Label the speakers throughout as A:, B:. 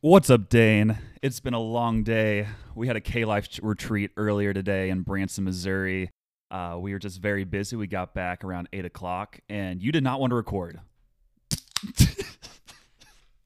A: What's up, Dane? It's been a long day. We had a K Life ch- retreat earlier today in Branson, Missouri. Uh, we were just very busy. We got back around eight o'clock, and you did not want to record.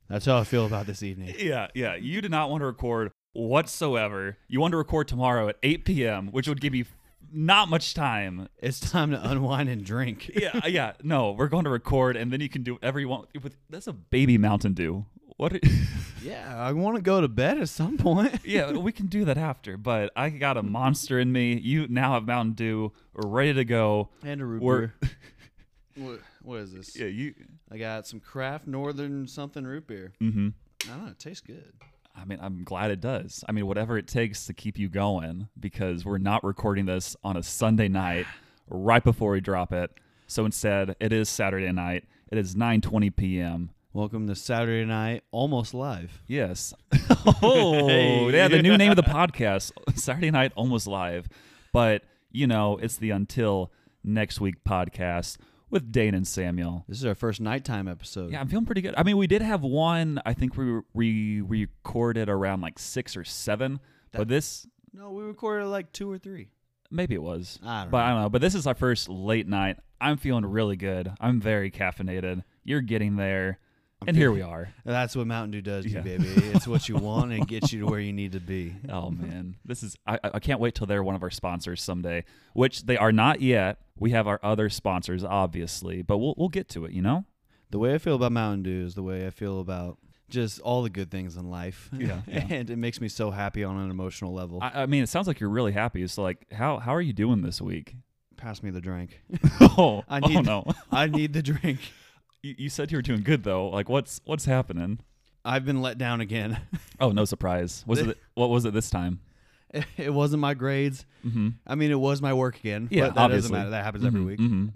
B: That's how I feel about this evening.
A: Yeah, yeah. You did not want to record whatsoever. You wanted to record tomorrow at 8 p.m., which would give you not much time.
B: It's time to unwind and drink.
A: Yeah, yeah. No, we're going to record, and then you can do whatever you want. With, that's a baby Mountain Dew. What? are-
B: Yeah, I want to go to bed at some point.
A: yeah, we can do that after. But I got a monster in me. You now have Mountain Dew. We're ready to go.
B: And a root
A: We're
B: What, what is this?
A: yeah, you.
B: I got some Kraft Northern something root beer.
A: Mm-hmm.
B: I don't know. It tastes good.
A: I mean, I'm glad it does. I mean, whatever it takes to keep you going, because we're not recording this on a Sunday night right before we drop it. So instead, it is Saturday night. It is 9:20 p.m.
B: Welcome to Saturday night, almost live.
A: Yes. oh, yeah. The new name of the podcast, Saturday Night Almost Live. But you know, it's the Until Next Week podcast with Dane and Samuel.
B: This is our first nighttime episode.
A: Yeah, I'm feeling pretty good. I mean, we did have one. I think we we recorded around like six or seven, but this
B: No, we recorded like two or three.
A: Maybe it was.
B: I don't
A: but
B: know.
A: I don't know. But this is our first late night. I'm feeling really good. I'm very caffeinated. You're getting there. and here we are.
B: That's what Mountain Dew does to
A: Yeah.
B: you, baby. It's what you want and it gets you to where you need to be.
A: Oh man. This is I, I I can't wait till they're one of our sponsors someday. Which they are not yet. We have our other sponsors, obviously, but we'll we'll get to it, you know?
B: The way I feel about Mountain Dew is the way I feel about just all the good things in life.
A: Yeah, yeah.
B: and it makes me so happy on an emotional level.
A: I, I mean it sounds like you're really happy. So like how how are you doing this week?
B: Pass me the drink.
A: oh,
B: I
A: oh
B: need-
A: no.
B: I need the drink.
A: You, you said you were doing good though. Like what's what's happening?
B: I've been let down again.
A: Oh, no surprise. Was it what was it this time?
B: It wasn't my grades.
A: Mm-hmm.
B: I mean, it was my work again.
A: Yeah,
B: but that
A: obviously.
B: doesn't matter. That happens every week.
A: Mm-hmm.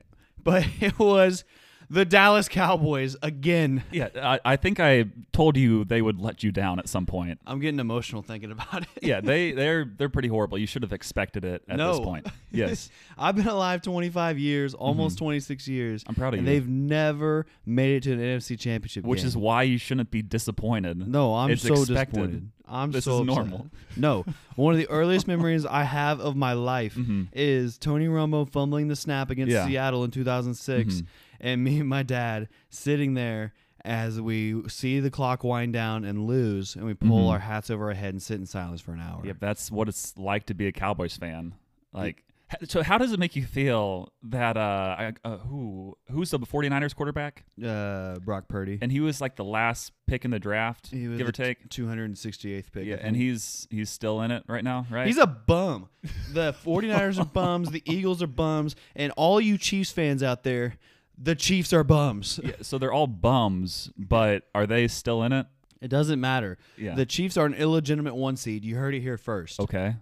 B: But it was the Dallas Cowboys again.
A: Yeah, I, I think I told you they would let you down at some point.
B: I'm getting emotional thinking about it.
A: Yeah, they they're they're pretty horrible. You should have expected it at this
B: No.
A: point. Yes, Mm-hmm.
B: I've been alive 25 years, almost 26 years.
A: I'm proud of
B: and
A: you.
B: they've never made it to an NFC championship
A: which
B: game.
A: is why you shouldn't be disappointed.
B: No, I'm
A: It's
B: so
A: expected.
B: disappointed. I'm
A: This
B: so
A: is
B: upset.
A: normal.
B: No, one of the earliest memories I have of my life is Tony Romo fumbling the snap against
A: Mm-hmm. Yeah. Mm-hmm.
B: Seattle in 2006, and me and my dad sitting there as we see the clock wind down and lose, and we pull our hats over our head and sit in silence for an hour.
A: Mm-hmm. Yep, that's what it's like to be a Cowboys fan. Like, h- so how does it make you feel that uh, I, uh who who's the 49ers quarterback?
B: Uh, Brock Purdy.
A: And he was like the last pick in the draft,
B: he was
A: give
B: the
A: or take.
B: 268th pick.
A: Yeah,
B: I
A: and
B: think.
A: he's he's still in it right now, right?
B: He's a bum. The 49ers are bums. The Eagles are bums. And all you Chiefs fans out there, the Chiefs are bums.
A: yeah, so they're all bums, but are they still in it?
B: It doesn't matter.
A: Yeah.
B: The Chiefs are an illegitimate one seed. You heard it here first.
A: Okay.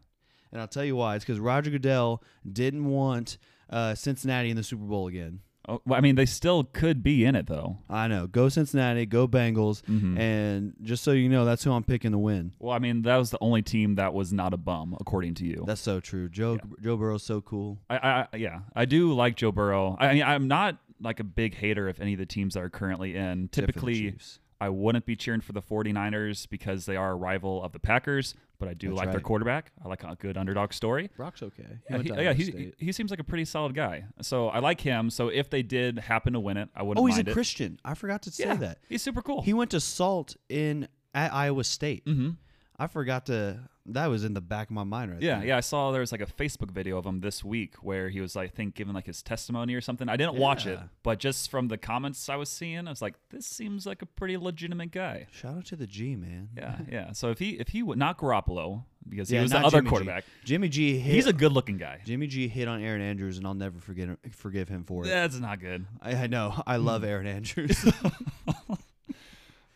B: And I'll tell you why. It's because Roger Goodell didn't want uh, Cincinnati in the Super Bowl again.
A: Oh, well, I mean, they still could be in it though.
B: I know. Go Cincinnati. Go Bengals.
A: Mm-hmm.
B: And just so you know, that's who I'm picking to win.
A: Well, I mean, that was the only team that was not a bum, according to you.
B: That's so true. Joe Joe Burrow's so cool.
A: I, I, I- yeah, I do like Joe Burrow. I, I mean, I'm not like a big hater of any of the teams that are currently in.
B: Except for the
A: Typically,
B: Chiefs.
A: I wouldn't be cheering for the 49ers because they are a rival of the Packers, but I do like their
B: right.
A: quarterback. I like a good underdog story.
B: Brock's okay. He
A: Yeah,
B: went
A: he,
B: to
A: yeah,
B: Iowa
A: he,
B: State.
A: he, he seems like a pretty solid guy. So I like him. So if they did happen to win it, I wouldn't
B: oh, he's a
A: mind it.
B: Christian. I forgot to say
A: Yeah, Oh.
B: that.
A: he's super cool.
B: He went to Salt in at Iowa State. Mm-hmm. I forgot to. That was in the back of my mind, right?
A: Yeah,
B: there.
A: yeah. I saw there was like a Facebook video of him this week where he was, I think, giving like his testimony or something. I didn't watch it,
B: Yeah.
A: but just from the comments I was seeing, I was like, this seems like a pretty legitimate guy.
B: Shout out to the G man.
A: Yeah, yeah. So if he if he would not Garoppolo because he
B: Yeah,
A: was the
B: not
A: other
B: Jimmy G.
A: quarterback,
B: Jimmy G. Hit,
A: he's a good looking guy.
B: Jimmy G. Hit on Aaron Andrews, and I'll never forget forgive him for it.
A: That's not good.
B: I, I know. I love Aaron Andrews.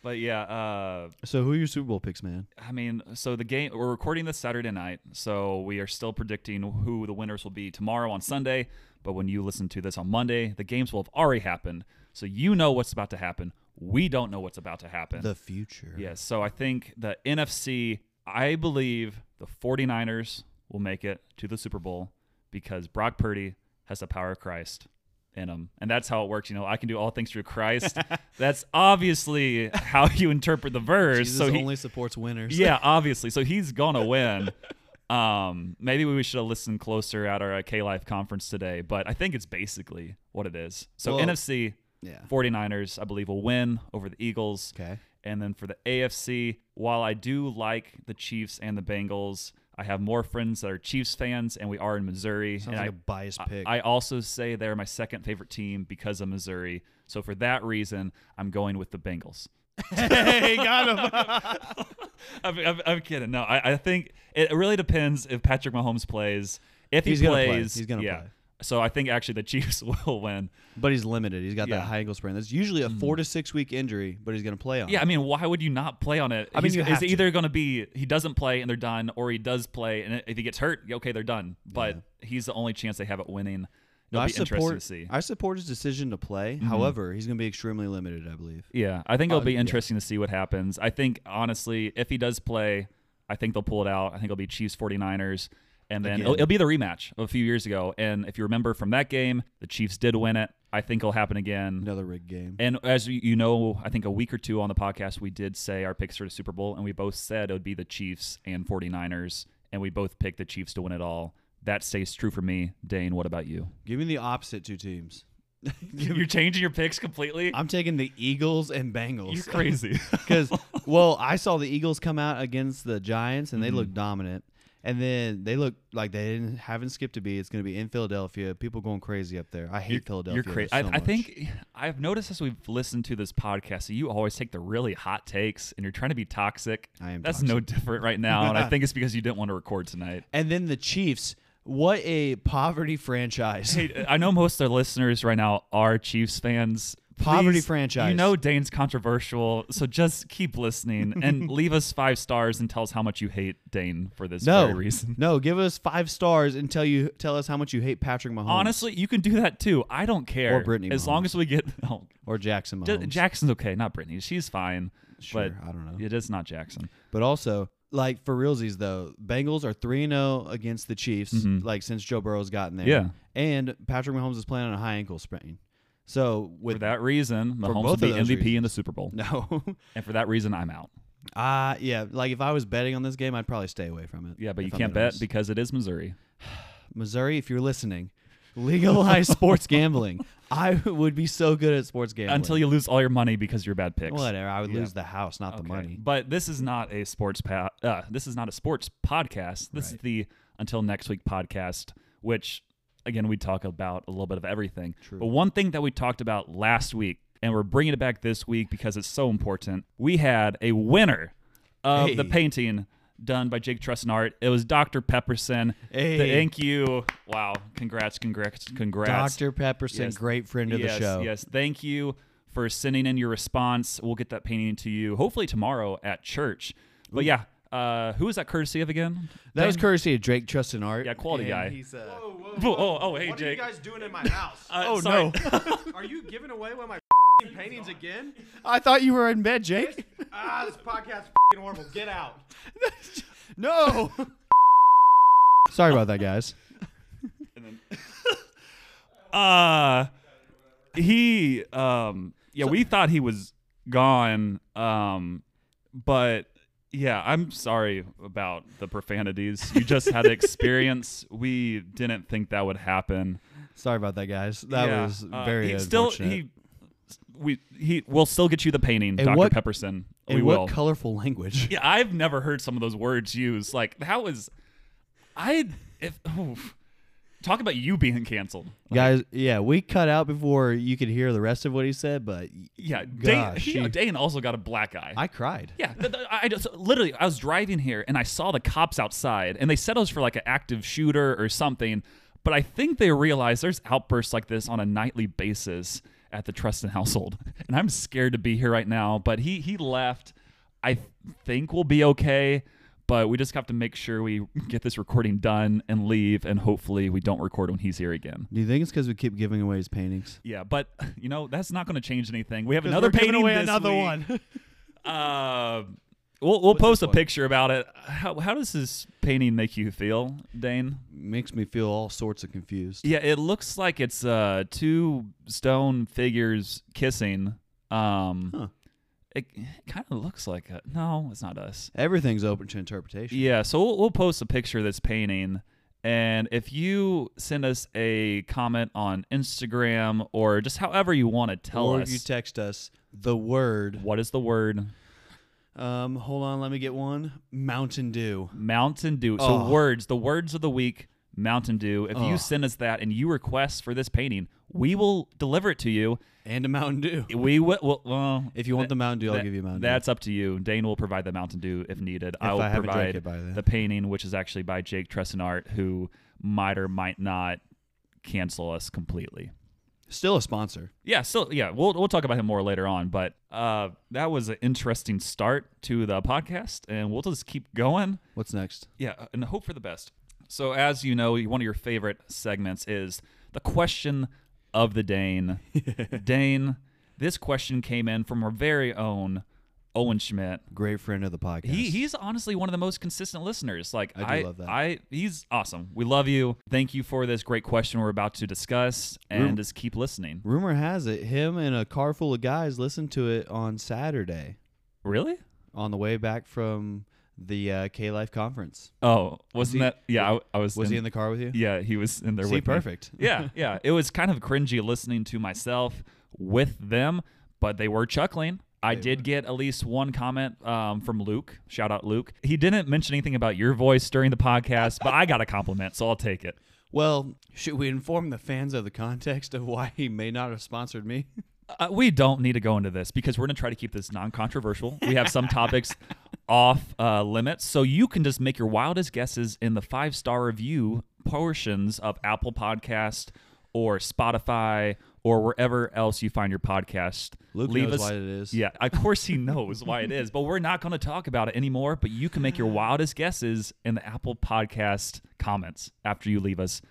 A: But yeah, uh,
B: so who are your Super Bowl picks, man?
A: I mean, so the game we're recording this Saturday night, so we are still predicting who the winners will be tomorrow on Sunday. But when you listen to this on Monday, the games will have already happened. So you know what's about to happen. We don't know what's about to happen.
B: The future.
A: Yes. So I think the NFC, I believe the 49ers will make it to the Super Bowl because Brock Purdy has the power of Christ in them. And that's how it works. You know, I can do all things through Christ. that's obviously how you interpret the verse.
B: Jesus
A: so he,
B: only supports winners.
A: yeah, obviously. So he's gonna win. Um, maybe we should have listened closer at our uh, K Life conference today, but I think it's basically what it is. So
B: Well-
A: NFC
B: Yeah.
A: 49ers, I believe, will win over the Eagles.
B: Okay.
A: And then for the AFC, while I do like the Chiefs and the Bengals, I have more friends that are Chiefs fans, and we are in Missouri.
B: Sounds
A: and
B: like
A: I
B: a biased pick.
A: I also say they're my second favorite team because of Missouri. So for that reason, I'm going with the Bengals.
B: hey, got him.
A: I'm, I'm, I'm kidding. No, I, I think it really depends if Patrick Mahomes plays. If
B: He's
A: he
B: gonna play.
A: plays,
B: He's gonna
A: yeah.
B: play.
A: So I think actually the Chiefs will win.
B: but he's limited. He's got
A: Yeah. Hmm.
B: that high ankle sprain. That's usually a four to six week injury, but he's going to play on. it.
A: Yeah, I mean, why would you not play on it?
B: I mean,
A: He's-
B: you
A: it's
B: have to.
A: either going to be he doesn't play and they're done, or he does play and if he gets hurt, okay, they're done. But he's the only chance they have at winning. It'll
B: I
A: be interesting to
B: support.
A: see. Mm-hmm.
B: I support his decision to play. However, he's going to be extremely limited, I believe.
A: Yeah, I think it'll
B: Uh,
A: be
B: yeah.
A: interesting to see what happens. I think honestly, if he does play, I think they'll pull it out. I think it'll be Chiefs 49ers and then
B: Again.
A: it'll, it'll be the rematch of a few years ago. And if you remember from that game, the Chiefs did win it. I think it'll happen again.
B: Another rigged game.
A: And as you- you know, I think a week or two on the podcast we did say our picks for the Super Bowl and we both said it would be the Chiefs and 49ers and we both picked the Chiefs to win it all. That stays true for me. Dane, what about you?
B: Give me the opposite two teams.
A: You're changing your picks completely?
B: I'm taking the Eagles and
A: You're
B: Bengals
A: crazy.
B: because, well, I saw the Eagles come out against the Giants and they looked dominant, and then they look like they didn't haven't skipped a beat. It's going to be in Philadelphia. People going crazy up there. I hate Philadelphia.
A: You're crazy.
B: so
A: I, I
B: much.
A: think I've noticed as we've listened to this podcast that you always take the really hot takes and you're trying to be toxic.
B: I am
A: That's no different right now, and I think it's because you didn't want to record tonight.
B: And then the Chiefs. What a poverty franchise.
A: Hey, I know most of their listeners right now are Chiefs fans.
B: Poverty
A: Please,
B: franchise.
A: You know Dane's controversial, so just keep listening and leave us five stars and tell us how much you hate Dane for this
B: no
A: very reason.
B: No, give us five stars and tell you tell us how much you hate Patrick Mahomes
A: Honestly, you can do that too. I don't care.
B: Or Brittany
A: As long as we get. Oh,
B: or Jackson
A: J-
B: Mahomes.
A: Jackson's okay, not Brittany. She's fine.
B: Sure,
A: but
B: I don't know.
A: It is not Jackson.
B: But also, like for realsies though, Bengals are 3 0 against the Chiefs, like since Joe Burrow's gotten there.
A: Mm-hmm. Yeah.
B: And Patrick Mahomes is playing on a high ankle sprain. So
A: For
B: with
A: that reason, Mahomes will
B: both
A: be
B: of those
A: MVP in the Super Bowl.
B: no.
A: And for that reason, I'm out.
B: uh yeah, like if I was betting on this game, I'd probably stay away from it.
A: Yeah, but
B: if
A: you
B: I'm
A: can't
B: being
A: bet
B: honest.
A: because it is Missouri.
B: Missouri, if you're listening, legalize sports gambling. I would be so good at sports gambling.
A: Until you lose all your money because you're bad picks.
B: whatever, I would lose the house, not the
A: Okay.
B: money.
A: But this is not a sports pa- uh, this is not a sports podcast. This is the until next week podcast, which again we talk about a little bit of everything. True. But one thing that we talked about last week and we're bringing it back this week because it's so important. We had a winner of the
B: Hey.
A: painting done by Jake Trusnart. It was Dr. Pepperson.
B: Hey.
A: The- thank you. Wow. Congrats, congrats, congrats.
B: Dr. Pepperson,
A: Yes.
B: great friend of
A: yes,
B: the show.
A: Yes, thank you for sending in your response. We'll get that painting to you hopefully tomorrow at church. But yeah, uh, who is that courtesy of again?
B: That was courtesy of Drake Trust and Art.
A: Yeah, quality
B: And
A: guy.
C: He's, uh,
A: Whoa, oh, oh, hey,
C: what are you
A: Jake.
C: guys doing in my house?
A: Uh,
B: Oh,
A: sorry.
B: no.
C: are you giving away one of my f***ing paintings again?
B: I thought you were in bed, Jake.
C: Ah, this podcast f***ing horrible. Get out.
B: No. Sorry about that, guys.
A: uh, he, um, yeah, we thought he was gone, um, but yeah, I'm sorry about the profanities. You just had an experience. We didn't think that would happen.
B: Sorry about that, guys. That
A: Yeah,
B: was
A: uh,
B: very
A: he still
B: unfortunate.
A: he we he will still get you the painting,
B: And
A: Dr.
B: what-
A: Pepperson.
B: and
A: we
B: what
A: will.
B: colorful language.
A: yeah, I've never heard some of those words used. Like that was, I if oof. talk about you being canceled.
B: Guys, yeah, we cut out before you could hear the rest of what he said, but
A: Yeah, Dane,
B: Gosh,
A: he,
B: he-
A: Dane also got a black eye.
B: I cried.
A: yeah, th- th- I just literally I was driving here and I saw the cops outside and they said it was for like an active shooter or something, but I think they realized there's outbursts like this on a nightly basis at the Trustin household, and I'm scared to be here right now. But he he left. I think we'll be okay, but we just have to make sure we get this recording done and leave, and hopefully we don't record when he's here again.
B: Do you think it's because we keep giving away his paintings?
A: Yeah, but you know that's not going to change anything. We have another painting. this week. Uh, We'll, we'll
B: What's this
A: post a
B: one?
A: picture about it. How, how does this painting make you feel, Dane?
B: Makes me feel all sorts of confused.
A: Yeah, it looks like it's uh, two stone figures kissing. Um,
B: Huh.
A: It, kind of looks like a, no, it's not us.
B: Everything's open to interpretation.
A: Yeah, so we'll, we'll post a picture of this painting. And if you send us a comment on Instagram or just however you want to tell
B: or
A: us,
B: if you text us the word.
A: what is the word?
B: Um, hold on, let me get one. Mountain Dew.
A: Mountain Dew.
B: Oh.
A: So words, the words of the week, Mountain Dew. If you send us that and you request for this painting, we will deliver it to you.
B: And a Mountain Dew.
A: We will. Well, well,
B: If you want the Mountain Dew, I'll
A: that-
B: give you a Mountain Dew.
A: That's up to you. Dane will provide the Mountain Dew if needed. I will
B: I haven't drank
A: provide
B: it by then.
A: the painting, which is actually by Jake Tressenart, who might or might not cancel us completely.
B: Still a sponsor.
A: Yeah, so yeah, we'll we'll talk about him more later on, but uh, that was an interesting start to the podcast, and we'll just keep going.
B: What's next?
A: Yeah, uh, and hope for the best. So, as you know, one of your favorite segments is the question of the Dane. Dane, this question came in from our very own Owen Schmidt.
B: Great friend of the podcast.
A: He, he's honestly one of the most consistent listeners. Like
B: I do
A: I,
B: love that.
A: I he's awesome. We love you. Thank you for this great question we're about to discuss, and
B: Room-
A: just keep listening.
B: Rumor has it him and a car full of guys listened to it on Saturday
A: Really?
B: on the way back from the uh, K Life conference.
A: Oh, wasn't
B: he-
A: that? Yeah, I, I was.
B: Was he in the car with you?
A: Yeah, he was in there
B: See,
A: with me.
B: perfect.
A: yeah, yeah. It was kind of cringy listening to myself with them, but they were chuckling. I did get at least one comment um, from Luke. Shout out Luke. He didn't mention anything about your voice during the podcast, but I got a compliment, so I'll take it.
B: Well, should we inform the fans of the context of why he may not have sponsored me?
A: Uh, we don't need to go into this because we're going to try to keep this non-controversial. We have some topics off uh, limits, so you can just make your wildest guesses in the five-star review portions of Apple Podcast or Spotify or wherever else you find your podcast.
B: Luke knows why it is.
A: Yeah, of course he knows why it is, but we're not going to talk about it anymore. But you can make your wildest guesses in the Apple Podcast comments after you leave us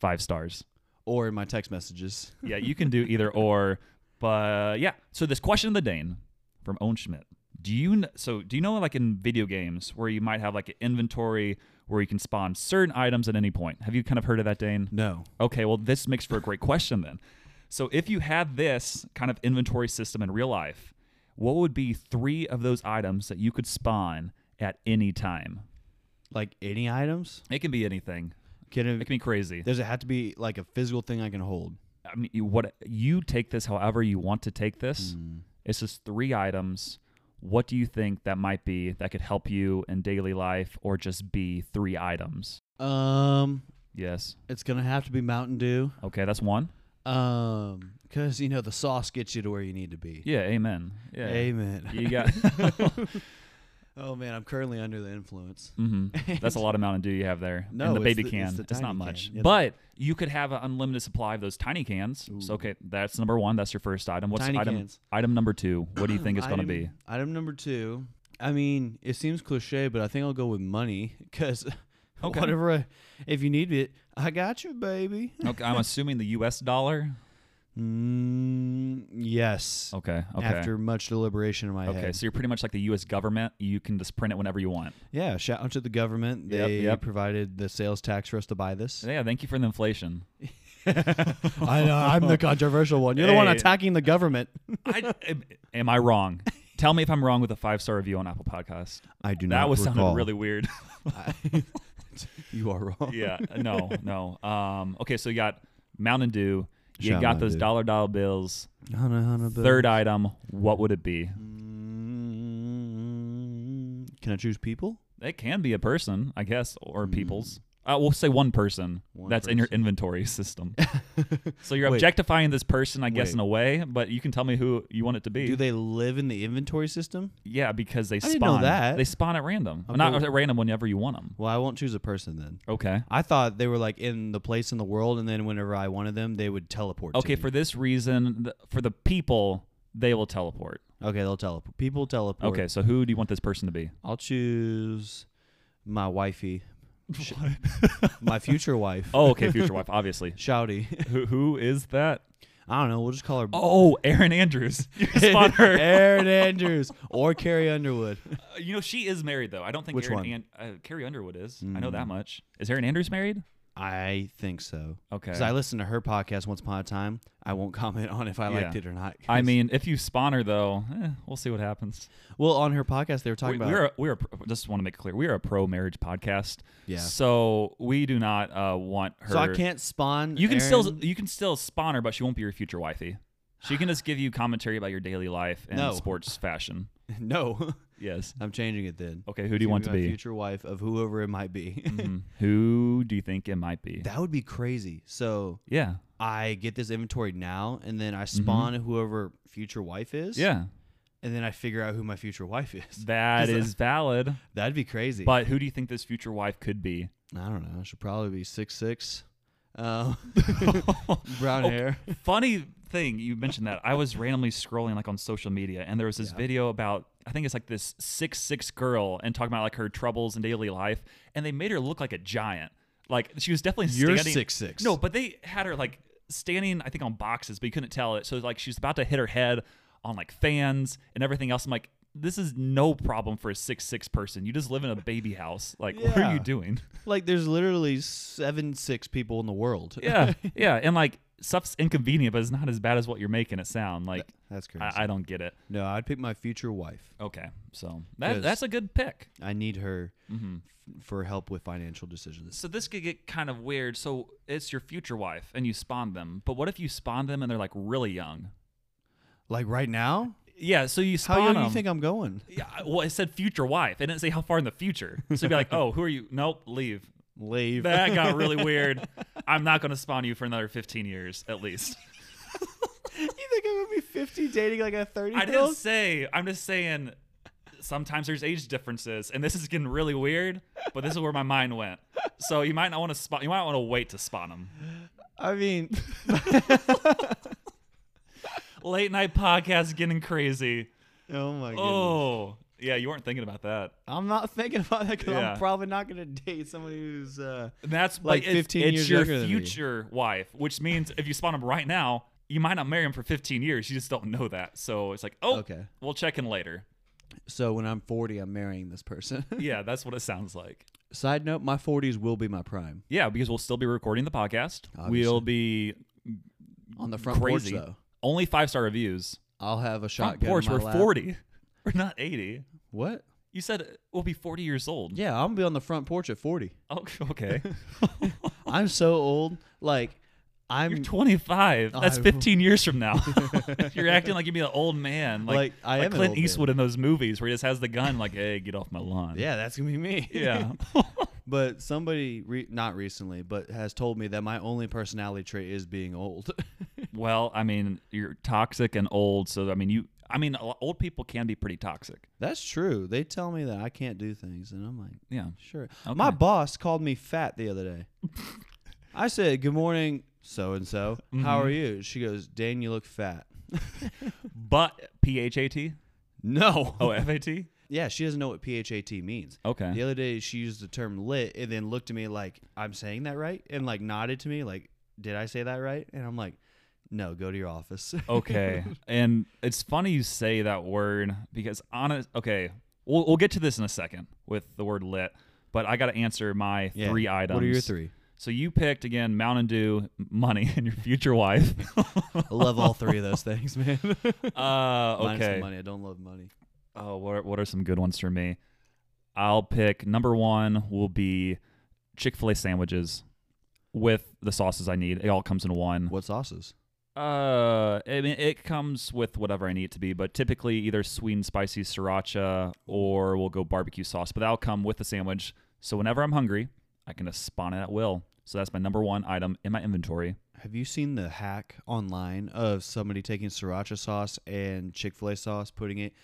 A: five stars
B: Or in my text messages.
A: yeah, you can do either or. But yeah, so this question of the Dane from Owen Schmidt. Do you kn- so do you know like in video games where you might have like an inventory where you can spawn certain items at any point? Have you kind of heard of that, Dane?
B: No.
A: Okay, well this makes for a great question then. So if you had this kind of inventory system in real life, what would be three of those items that you could spawn at any time?
B: Like any items?
A: It can be anything.
B: Can
A: It can be crazy.
B: Does it have to be like a physical thing I can hold?
A: I mean, you, what you take this however you want to take this.
B: Mm.
A: It's just three items. What do you think that might be that could help you in daily life, or just be three items?
B: Um,
A: Yes.
B: it's gonna have to be Mountain Dew.
A: Okay, that's one.
B: Um, cause you know the sauce gets you to where you need to be.
A: Yeah. Amen. Yeah.
B: Amen.
A: You got.
B: oh man, I'm currently under the influence.
A: hmm That's a lot of Mountain Dew you have there.
B: No,
A: and the
B: it's
A: baby
B: the-
A: can.
B: it's
A: It's,
B: the
A: not
B: tiny
A: much,
B: can, yeah.
A: but you could have an unlimited supply of those tiny cans. So okay, that's number one. That's your first item. What's
B: Tiny
A: item
B: cans.
A: item number two? What do you think it's going to
B: Item-
A: be?
B: Item number two. I mean, it seems cliche, but I think I'll go with money because
A: Okay.
B: whatever. I, if you need it, I got you, baby.
A: Okay, I'm assuming the U.S. dollar.
B: Mm, yes.
A: Okay. Okay.
B: After much deliberation in my
A: Okay,
B: head.
A: so you're pretty much like the U.S. government. You can just print it whenever you want.
B: Yeah. Shout out to the government.
A: Yep,
B: They
A: yep.
B: provided the sales tax for us to buy this.
A: Yeah, thank you for the inflation.
B: I know. I'm the controversial one. You're the one
A: Hey.
B: attacking the government.
A: I, am, am I wrong? Tell me if I'm wrong with a five star review on Apple Podcast.
B: I do
A: That was sounded really weird.
B: you are wrong.
A: yeah, no, no. Um, okay, so you got Mountain Dew. You
B: Shout
A: got
B: Mountain
A: those
B: Dew.
A: dollar dollar bills.
B: Hunter, Hunter, Bill.
A: Third item, what would it be?
B: Mm, Can I choose people?
A: It can be a person, I guess, or people's. Uh, we'll say one person
B: One
A: that's in your inventory system. so you're
B: Wait.
A: objectifying this person, I guess,
B: Wait.
A: in a way, but you can tell me who you want it to be.
B: Do they live in the inventory system?
A: Yeah, because they
B: didn't know
A: spawn.
B: that.
A: They spawn at random.
B: Okay.
A: Not at random whenever you want them.
B: Well, I won't choose a person then.
A: Okay.
B: I thought they were like in the place in the world, and then whenever I wanted them, they would teleport. to
A: Okay,
B: me.
A: for this reason, th- for the people, they will teleport.
B: okay, they'll teleport. People teleport.
A: Okay, so who do you want this person to be?
B: I'll choose my wifey, Sh- my future wife,
A: Oh, okay, future Oh, wife, obviously.
B: Shouty.
A: Who, who is that?
B: I don't know. We'll just call her
A: Oh, Aaron Andrews. You spot her.
B: Aaron Andrews or Carrie Underwood.
A: Uh, You know, she is married though. I don't think
B: Which
A: Aaron
B: one? Hmm.
A: An- uh, Carrie Underwood is. I know that much. Is Aaron Andrews married?
B: I think so.
A: Okay.
B: Because I listened to her podcast once upon a time. I won't comment on if I liked
A: Yeah.
B: it or not. 'cause-
A: I mean, if you spawn her though, eh, we'll see what happens.
B: well, on her podcast, they were talking
A: We,
B: about.
A: we're a, we're a, pro- just want to make it clear we are a pro marriage podcast.
B: Yeah.
A: So we do not uh, want her.
B: so I can't spawn.
A: You can
B: Aaron-
A: still you can still spawn her, but she won't be your future wifey. She can just give you commentary about your daily life and
B: No.
A: sports fashion.
B: no.
A: Yes.
B: I'm changing it then.
A: Okay, who do you want to
B: my
A: be?
B: Future wife of whoever it might be.
A: Mhm. Who do you think it might be?
B: that would be crazy. So
A: yeah.
B: I get this inventory now, and then I spawn whoever future wife is.
A: Mm-hmm. Yeah.
B: And then I figure out who my future wife is.
A: That
B: Just, uh,
A: is valid.
B: That'd be crazy.
A: But who do you think this future wife could be?
B: I don't know. I should probably be six six. Um, brown
A: Okay.
B: hair.
A: Oh, Funny thing, you mentioned that. I was randomly scrolling like on social media and there was this video about I think it's like this six six girl and talking about like her troubles in daily life and they made her look like a giant. Like she was definitely
B: You're
A: standing
B: 6'6".
A: No, but they had her like standing I think on boxes, but you couldn't tell it. So like she was about to hit her head on like fans and everything else. I'm like this is no problem for a six six person. You just live in a baby house. Like, what are
B: Yeah.
A: you doing?
B: Like there's literally seven six people in the world.
A: Yeah, yeah, and like stuff's inconvenient, but it's not as bad as what you're making it sound. Like
B: That's crazy.
A: I, I don't get it.
B: no, I'd pick my future wife.
A: Okay, so
B: Yes.
A: that, that's a good pick.
B: I need her
A: Mm-hmm.
B: f- for help with financial decisions.
A: So this could get kind of weird. So it's your future wife, and you spawn them. But what if you spawn them and they're like really young?
B: Like right now?
A: Yeah. So you spawn
B: How young do
A: them.
B: you think I'm going?
A: yeah, I- well, it said future wife. It didn't say how far in the future. So you'd be like, oh, who are you? Nope, leave.
B: Leave.
A: That got really weird. I'm not going to spawn you for another 15 years at least.
B: you think I'm gonna be 50 dating like a 30
A: I
B: year
A: didn't
B: old?
A: say. I'm just saying. Sometimes there's age differences, and this is getting really weird. But this is where my mind went. So you might not want to spot. You might want to wait to spawn them.
B: I mean,
A: Late night podcast getting crazy.
B: oh my goodness.
A: Oh, yeah. You weren't thinking about that.
B: I'm not thinking about that because
A: Yeah.
B: I'm probably not gonna date somebody who's. uh
A: And that's
B: Like
A: but it's-
B: 15
A: It's,
B: years
A: your
B: younger than me.
A: future wife, which means if you spawn him right now, you might not marry him for 15 years. You just don't know that. So it's like, oh,
B: Okay.
A: We'll check in later.
B: So when I'm 40, I'm marrying this person.
A: Yeah, that's what it sounds like.
B: Side note: My 40s will be my prime.
A: Yeah, because we'll still be recording the podcast.
B: Obviously.
A: We'll be
B: On the front
A: crazy.
B: porch, though,
A: Only five star reviews.
B: I'll have a
A: Front
B: shotgun. in
A: porch,
B: my
A: we're
B: lap.
A: forty. We're not eighty.
B: What?
A: You said we'll be forty years old.
B: Yeah, I'm gonna be on the front porch at 40.
A: Oh, okay.
B: I'm so old. Like, I'm
A: You're twenty five. That's
B: Mm. I-
A: fifteen years from now. You're acting like you'd be an old man, like,
B: Like, I am an
A: Clint
B: old man.
A: Eastwood in those movies where he just has the gun, like, "Hey, get off my lawn."
B: yeah, that's gonna be me.
A: Yeah.
B: but somebody, re- not recently, but has told me that my only personality trait is being old.
A: well, I mean, you're toxic and old, so I mean, you. I mean, o- old people can be pretty toxic.
B: that's true. They tell me that I can't do things, and I'm like,
A: Yeah.
B: Sure. My
A: Okay.
B: boss called me fat the other day. I said, "Good morning, so and so. How are you?" She goes, "Dane, you look fat."
A: But P H A T.
B: No.
A: Oh, F A T.
B: Yeah, she doesn't know what PHAT means.
A: Okay.
B: The other day, she used the term "lit" and then looked at me like, "I'm saying that right?" and like nodded to me like, "Did I say that right?" And I'm like, "No, go to your office."
A: Okay. and it's funny you say that word because honest okay, we'll we'll get to this in a second with the word lit, but I got to answer my
B: Yeah.
A: three items.
B: What are your three?
A: So you picked again Mountain Dew, money and your future wife.
B: I love all three of those things, man.
A: uh
B: Minus the
A: okay.
B: money. I don't love money.
A: Oh, what are, what are some good ones for me? I'll pick number 1 will be Chick-fil-A sandwiches with the sauces I need. It all comes in one.
B: What sauces?
A: Uh, I mean, it comes with whatever I need it to be, but typically either sweet and spicy sriracha or we'll go barbecue sauce, but that'll come with the sandwich. So whenever I'm hungry, I can just spawn it at will. So that's my number one item in my inventory.
B: Have you seen the hack online of somebody taking sriracha sauce and Chick Fil A sauce, putting it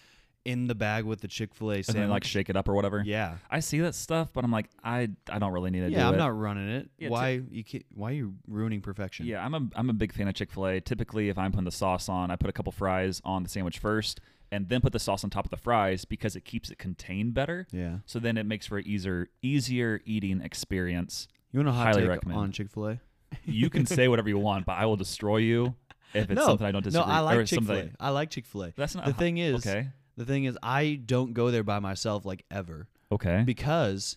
B: in the bag with the Chick Fil A
A: And
B: sandwich?
A: then like shake it up or whatever.
B: yeah,
A: I see that stuff, but I'm like, I I don't really need to do
B: yeah, I'm
A: it.
B: not running it.
A: Yeah, t-
B: why you can Why are you ruining perfection?
A: Yeah, I'm a I'm a big fan of Chick Fil A. Typically, if I'm putting the sauce on, I put a couple fries on the sandwich first, and then put the sauce on top of the fries because it keeps it contained better.
B: Yeah.
A: So then it makes for an easier easier eating experience.
B: You want a hot
A: Highly
B: take
A: recommend.
B: on Chick Fil A?
A: You can say whatever you want, but I will destroy you if it's
B: no,
A: something I don't disagree.
B: No, I
A: or
B: like Chick
A: something-
B: Fil A. I like Chick Fil A.
A: That's not
B: the thing. Is
A: okay.
B: the thing is I don't go there by myself like ever
A: Okay.
B: because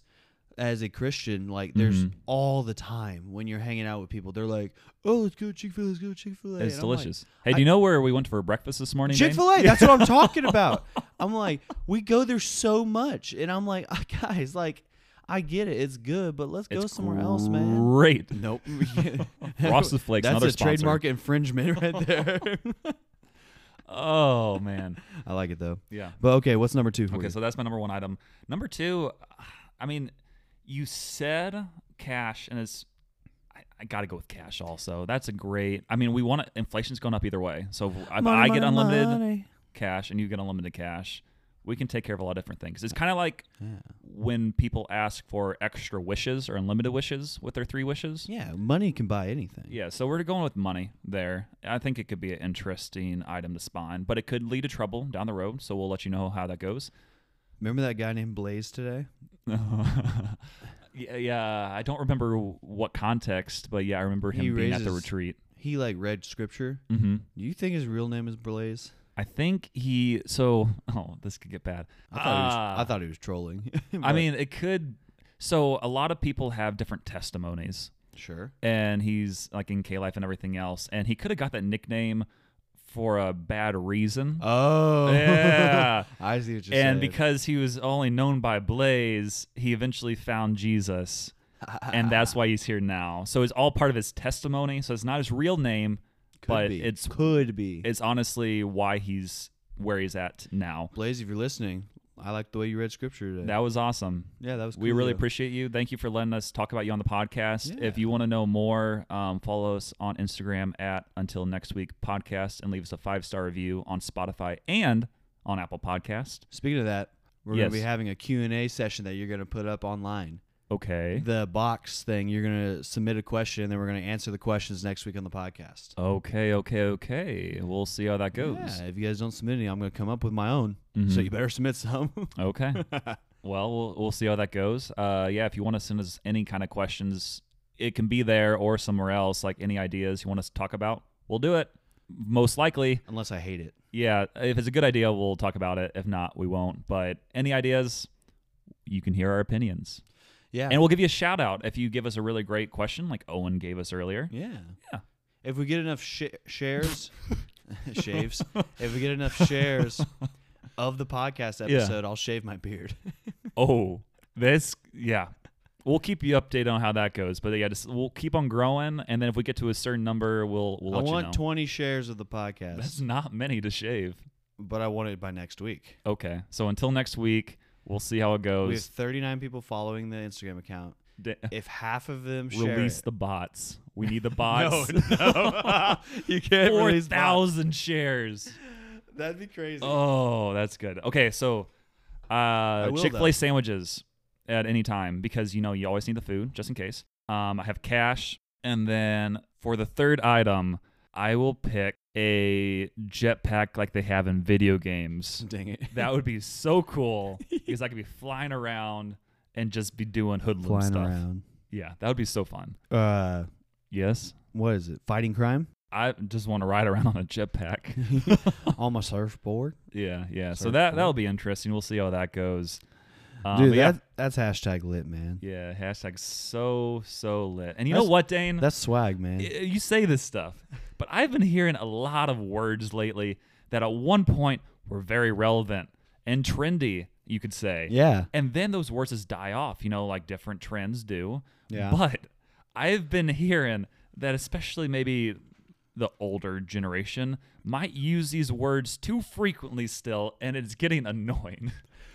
B: as a Christian, like there's
A: Mm-hmm.
B: all the time when you're hanging out with people, they're like, "Oh, let's go Chick Fil A, let's go Chick Fil A."
A: it's delicious. hey, do you know where we went for breakfast this morning? Dane?
B: Chick Fil A. That's what I'm talking about. I'm like, we go there so much, and I'm like, "Ah, guys, like, I get it. It's good, but let's go
A: It's
B: somewhere else, man.
A: Great.
B: Nope.
A: Frosted Flakes,
B: That's
A: another
B: a
A: sponsor.
B: trademark infringement right there.
A: Oh man.
B: I like it though.
A: Yeah.
B: But okay, what's number two for
A: Okay,
B: you?
A: so that's my number one item. Number two, I mean, you said cash, and it's I, I got to go with cash. Also, that's a great. I mean, we want to, inflation's going up either way. So if I, I get unlimited cash, and you get unlimited cash. We can take care of a lot of different things. It's kind of like when people ask for extra wishes or unlimited wishes with their three wishes.
B: Yeah, money can buy anything.
A: Yeah, so we're going with money there. I think it could be an interesting item to spawn, but it could lead to trouble down the road. So we'll let you know how that goes.
B: Remember that guy named Blaze today?
A: yeah, yeah, I don't remember what context, but yeah, I remember him
B: He
A: being at the
B: raises-
A: retreat.
B: He like read scripture.
A: hmm
B: Do you think his real name is Blaze?
A: I think he. So, oh, this could get bad.
B: I thought, he, was, I
A: Ah.
B: thought he was trolling.
A: I
B: But-
A: mean, it could. So, a lot of people have different testimonies,
B: sure.
A: and he's like in K Life and everything else, and he could have got that nickname for a bad reason.
B: Oh,
A: Yeah.
B: I see what you're saying.
A: and because he was only known by Blaze, he eventually found Jesus, and that's why he's here now. So it's all part of his testimony. So it's not his real name,
B: could
A: but
B: be.
A: it's
B: could be
A: it's honestly why he's where he's at now.
B: Blaze. If you're listening, I like the way you read scripture today.
A: That was awesome.
B: yeah, that was. Cool
A: We really
B: though.
A: appreciate you. Thank you for letting us talk about you on the podcast.
B: Yeah.
A: If you want to know more, um, follow us on Instagram at Until Next Week Podcast and leave us a five star review on Spotify and on Apple Podcast.
B: Speaking of that, we're
A: Yes.
B: gonna be having a Q and A session that you're gonna put up online.
A: Okay.
B: The box thing, you're gonna submit a question, and then we're gonna answer the questions next week on the podcast.
A: Okay, okay, okay. We'll see how that goes. Mm-hmm.
B: Yeah, if you guys don't submit any, I'm gonna come up with my own. So you better submit some.
A: Okay. well, we'll we'll see how that goes. Uh, yeah, if you want to send us any kind of questions, it can be there or somewhere else. Like any ideas you want us to talk about, we'll do it. Most likely,
B: Unless I hate it.
A: yeah. If it's a good idea, we'll talk about it. If not, we won't. But any ideas, you can hear our opinions,
B: Yeah.
A: and we'll give you a shout out if you give us a really great question, like Owen gave us earlier.
B: yeah.
A: Yeah.
B: If we get enough sh- shares, shaves. If we get enough shares of the podcast
A: Yeah.
B: episode, I'll shave my beard.
A: Oh, this, yeah. We'll keep you updated on how that goes, but yeah, just we'll keep on growing, and then if we get to a certain number, we'll we'll
B: I
A: let
B: want
A: you know.
B: 20 shares of the podcast,
A: That's not many to shave.
B: but I want it by next week.
A: Okay, so until next week, we'll see how it
B: We have
A: goes.
B: 39 people following the Instagram account.
A: Da-
B: If half of them share
A: release
B: it,
A: the bots. We need the bots.
B: you can't
A: Four
B: release bots.
A: thousand shares.
B: That'd be crazy.
A: Oh, that's good. Okay, so uh,
B: will,
A: Chick Fil
B: though.
A: A sandwiches at any time because you know you always need the food just in case. Um, I have cash, and then for the third item, I will pick a jetpack like they have in video games.
B: Dang it.
A: That would be so cool because I could be flying around and just be doing hoodlum
B: Flying
A: stuff.
B: around.
A: Yeah, that would be so fun.
B: Uh,
A: Yes.
B: what is it? Fighting crime
A: I just want to ride around on a jetpack.
B: on my surfboard.
A: yeah, yeah. So
B: Surf
A: that
B: boy.
A: that'll be interesting. We'll see how that goes. Um,
B: Dude,
A: but yeah,
B: that, that's hashtag lit, man.
A: yeah. Hashtag so so lit. And you know
B: That's-
A: what, Dane?
B: That's swag, man.
A: Y- you say this stuff, but I've been hearing a lot of words lately that at one point were very relevant and trendy. You could say.
B: yeah.
A: and then those words just die off, you know, like different trends do.
B: Yeah.
A: But I've been hearing that especially maybe the older generation might use these words too frequently still, and it's getting annoying.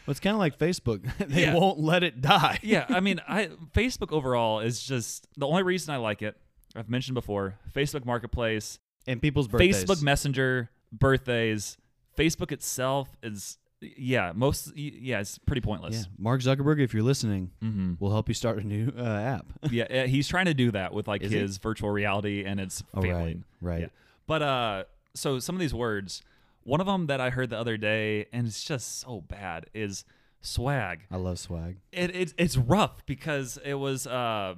B: Well, it's kind of like Facebook. they
A: Yeah.
B: won't let it die.
A: yeah, I mean, I Facebook overall is just the only reason I like it. I've mentioned before Facebook Marketplace,
B: And people's birthdays.
A: Facebook Messenger, birthdays, Facebook itself is yeah, most yeah, it's pretty
B: Yeah.
A: pointless.
B: Mark Zuckerberg, if you're listening,
A: Mm-hmm.
B: we'll help you start a new uh, app.
A: yeah, uh, he's trying to do that with like
B: Is he?
A: his virtual reality and it's
B: Oh,
A: failing.
B: right, right.
A: Yeah. But uh, so some of these words, one of them that I heard the other day, and it's just so bad, is swag.
B: I love swag.
A: It, it it's rough because it was uh,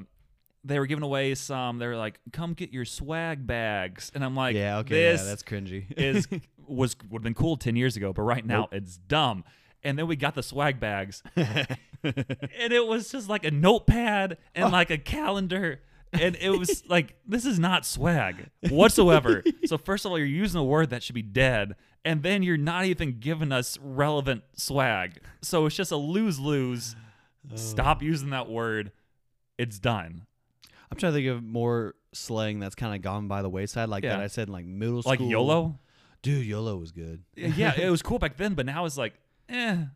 A: they were giving away some. They were like, "Come get your swag bags," and I'm like,
B: yeah, okay,
A: this
B: yeah, that's cringy.
A: is was would have been cool ten years ago, but right now it's dumb." And then we got the swag bags, and it was just like a notepad and like a calendar. And it was like, this is not swag whatsoever. so, first of all, you're using a word that should be dead. And then you're not even giving us relevant swag. So, it's just a lose lose. Stop using that word. It's done.
B: I'm trying to think of more slang that's kind of gone by the wayside, like
A: Yeah.
B: that I said, in, like middle school.
A: Like YOLO.
B: dude. YOLO was good.
A: Yeah, it was cool back then, but now it's like, eh. Yeah,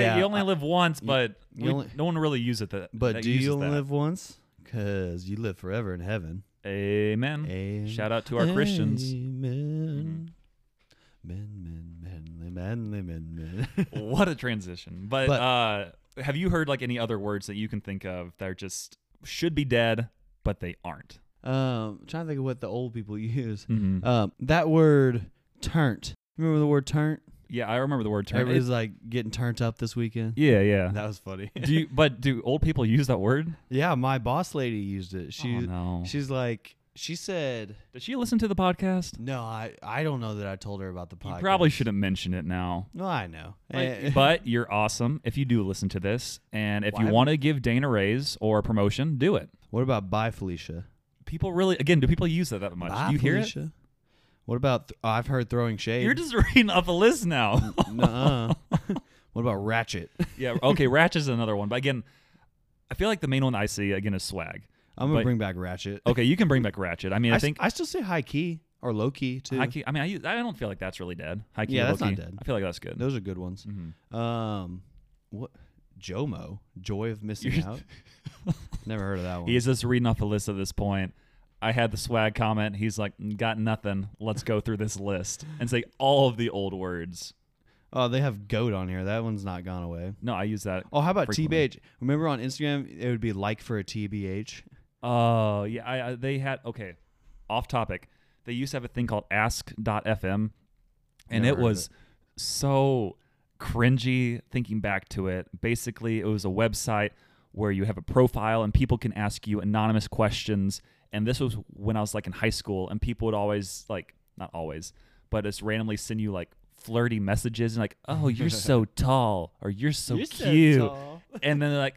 B: Yeah,
A: you only
B: I-
A: live once, but
B: you
A: we-
B: only-
A: no one really uses it. That,
B: But
A: that
B: do
A: uses
B: you only
A: that.
B: live once? Cause you live forever in heaven.
A: Amen.
B: Amen.
A: Shout out to our Christians. Mm-hmm.
B: Amen. Men, men, manly, manly, men, men.
A: what a transition. But,
B: But-
A: uh, have you heard like any other words that you can think of that are just should be dead, but they aren't?
B: um, trying to think of what the old people use.
A: Mhm.
B: Um, that word turnt. Remember the word turnt?
A: yeah, I remember the word turn.
B: Everybody's like getting turned up this weekend.
A: yeah, yeah.
B: That was funny.
A: do you, but do old people use that word?
B: yeah, my boss lady used it. She
A: oh, no.
B: she's like she said
A: Does she listen to the podcast?
B: no. I I don't know that I told her about the podcast.
A: You probably shouldn't mention it now.
B: No, I know. Eh,
A: Like, but you're awesome if you do listen to this. And if
B: Why
A: you
B: would-
A: want to give Dane a raise or a promotion, do it.
B: what about bye Felicia?
A: People really, again, do people use that that much?
B: Bye,
A: do you hear
B: Felicia. What about th- oh, I've heard throwing
A: it?
B: shade.
A: You're just reading off a list now.
B: Nuh-uh. what about ratchet?
A: yeah. Okay. Ratchet's another one. But again, I feel like the main one I see, again, is swag.
B: I'm gonna
A: But-
B: bring back ratchet.
A: Okay. You can bring back Ratchet. I mean,
B: I,
A: I,
B: s-
A: think.
B: I still say high key or low key too.
A: high key, I mean, I, use- I don't feel like that's really dead. High key,
B: Yeah,
A: low
B: that's not
A: key,
B: dead.
A: I feel like that's good.
B: Those are good ones.
A: Mhm.
B: Um, what Jomo? Joy of missing
A: You're-
B: out. Never heard of that one.
A: He's just reading off a list at this point. I had the swag comment. He's like, got nothing. Let's go through this list and say all of the old words.
B: oh, they have goat on here. That one's not gone away.
A: No, I use that
B: Oh, how about
A: Frequently.
B: TBH? Remember on Instagram, it would be like for a TBH.
A: Oh, yeah. I, I, they had, okay, off topic. They used to have a thing called ask.fm, and
B: Never heard
A: it
B: of
A: was so cringy thinking back to it. Basically, it was a website where you have a profile and people can ask you anonymous questions. And this was when I was like in high school, and people would always, like, not always, but just randomly send you like flirty messages and like, oh, you're so tall, or you're so cute and then they're like,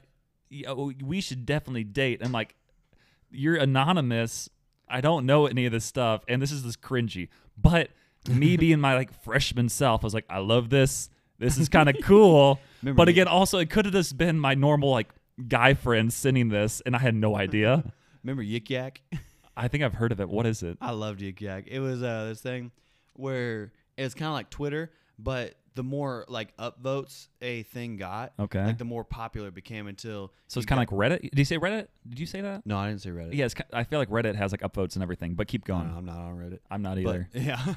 A: "Yeah, well, we should definitely date. I'm like, you're anonymous. I don't know any of this stuff, and this is this cringy. But me being my like freshman self, I was like, I love this. This is kind of cool.
B: Remember
A: but
B: me.
A: again, also it could have just been my normal like guy friend sending this, and I had no idea.
B: Remember Yik Yak?
A: I think I've heard of it. What is it?
B: I loved Yik Yak. It was uh, this thing where it's kind of like Twitter, but the more like upvotes a thing got,
A: Okay.
B: like the more popular it became until.
A: So it's kind of like Reddit. Did you say Reddit? Did you say that?
B: No, I didn't say Reddit.
A: Yeah, it's, ki- I feel like Reddit has like upvotes and everything. But keep
B: No,
A: going.
B: I'm not on Reddit.
A: I'm not
B: But,
A: either.
B: yeah,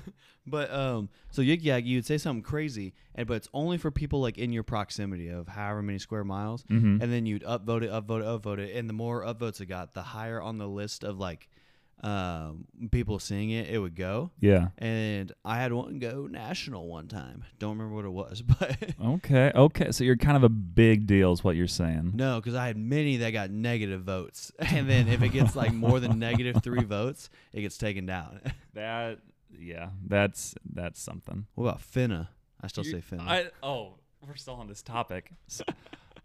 B: but um, so Yik Yak, you'd say something crazy, and but it's only for people like in your proximity of however many square miles,
A: Mhm.
B: and then you'd upvote it, upvote it, upvote it, and the more upvotes it got, the higher on the list of like um, people seeing it, it would go.
A: yeah.
B: And I had one go national one time. Don't remember what it was, but
A: Okay. Okay. So you're kind of a big deal, is what you're saying.
B: no, because I had many that got negative votes, and then if it gets like more than negative three votes, it gets taken down.
A: That yeah, that's that's something.
B: what about Finna? I still say Finna.
A: I, oh, we're still on this topic. S-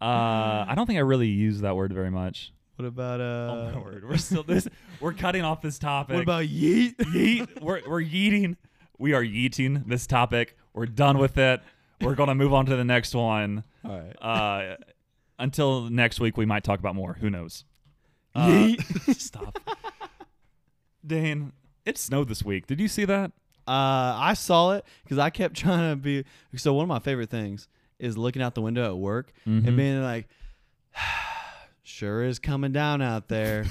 A: uh, I don't think I really use that word very much.
B: What about uh?
A: oh my word, we're still this. We're cutting off this topic.
B: What about yeet?
A: yeet? We're we're yeeting. We are yeeting this topic. We're done with it. We're gonna move on to the next one.
B: All right.
A: Uh, until next week, we might talk about more. Who knows? Uh, stop. Dane, it snowed this week. Did you see that?
B: Uh, I saw it because I kept trying to be. So one of my favorite things is looking out the window at work and being like, "Sure is coming down out there."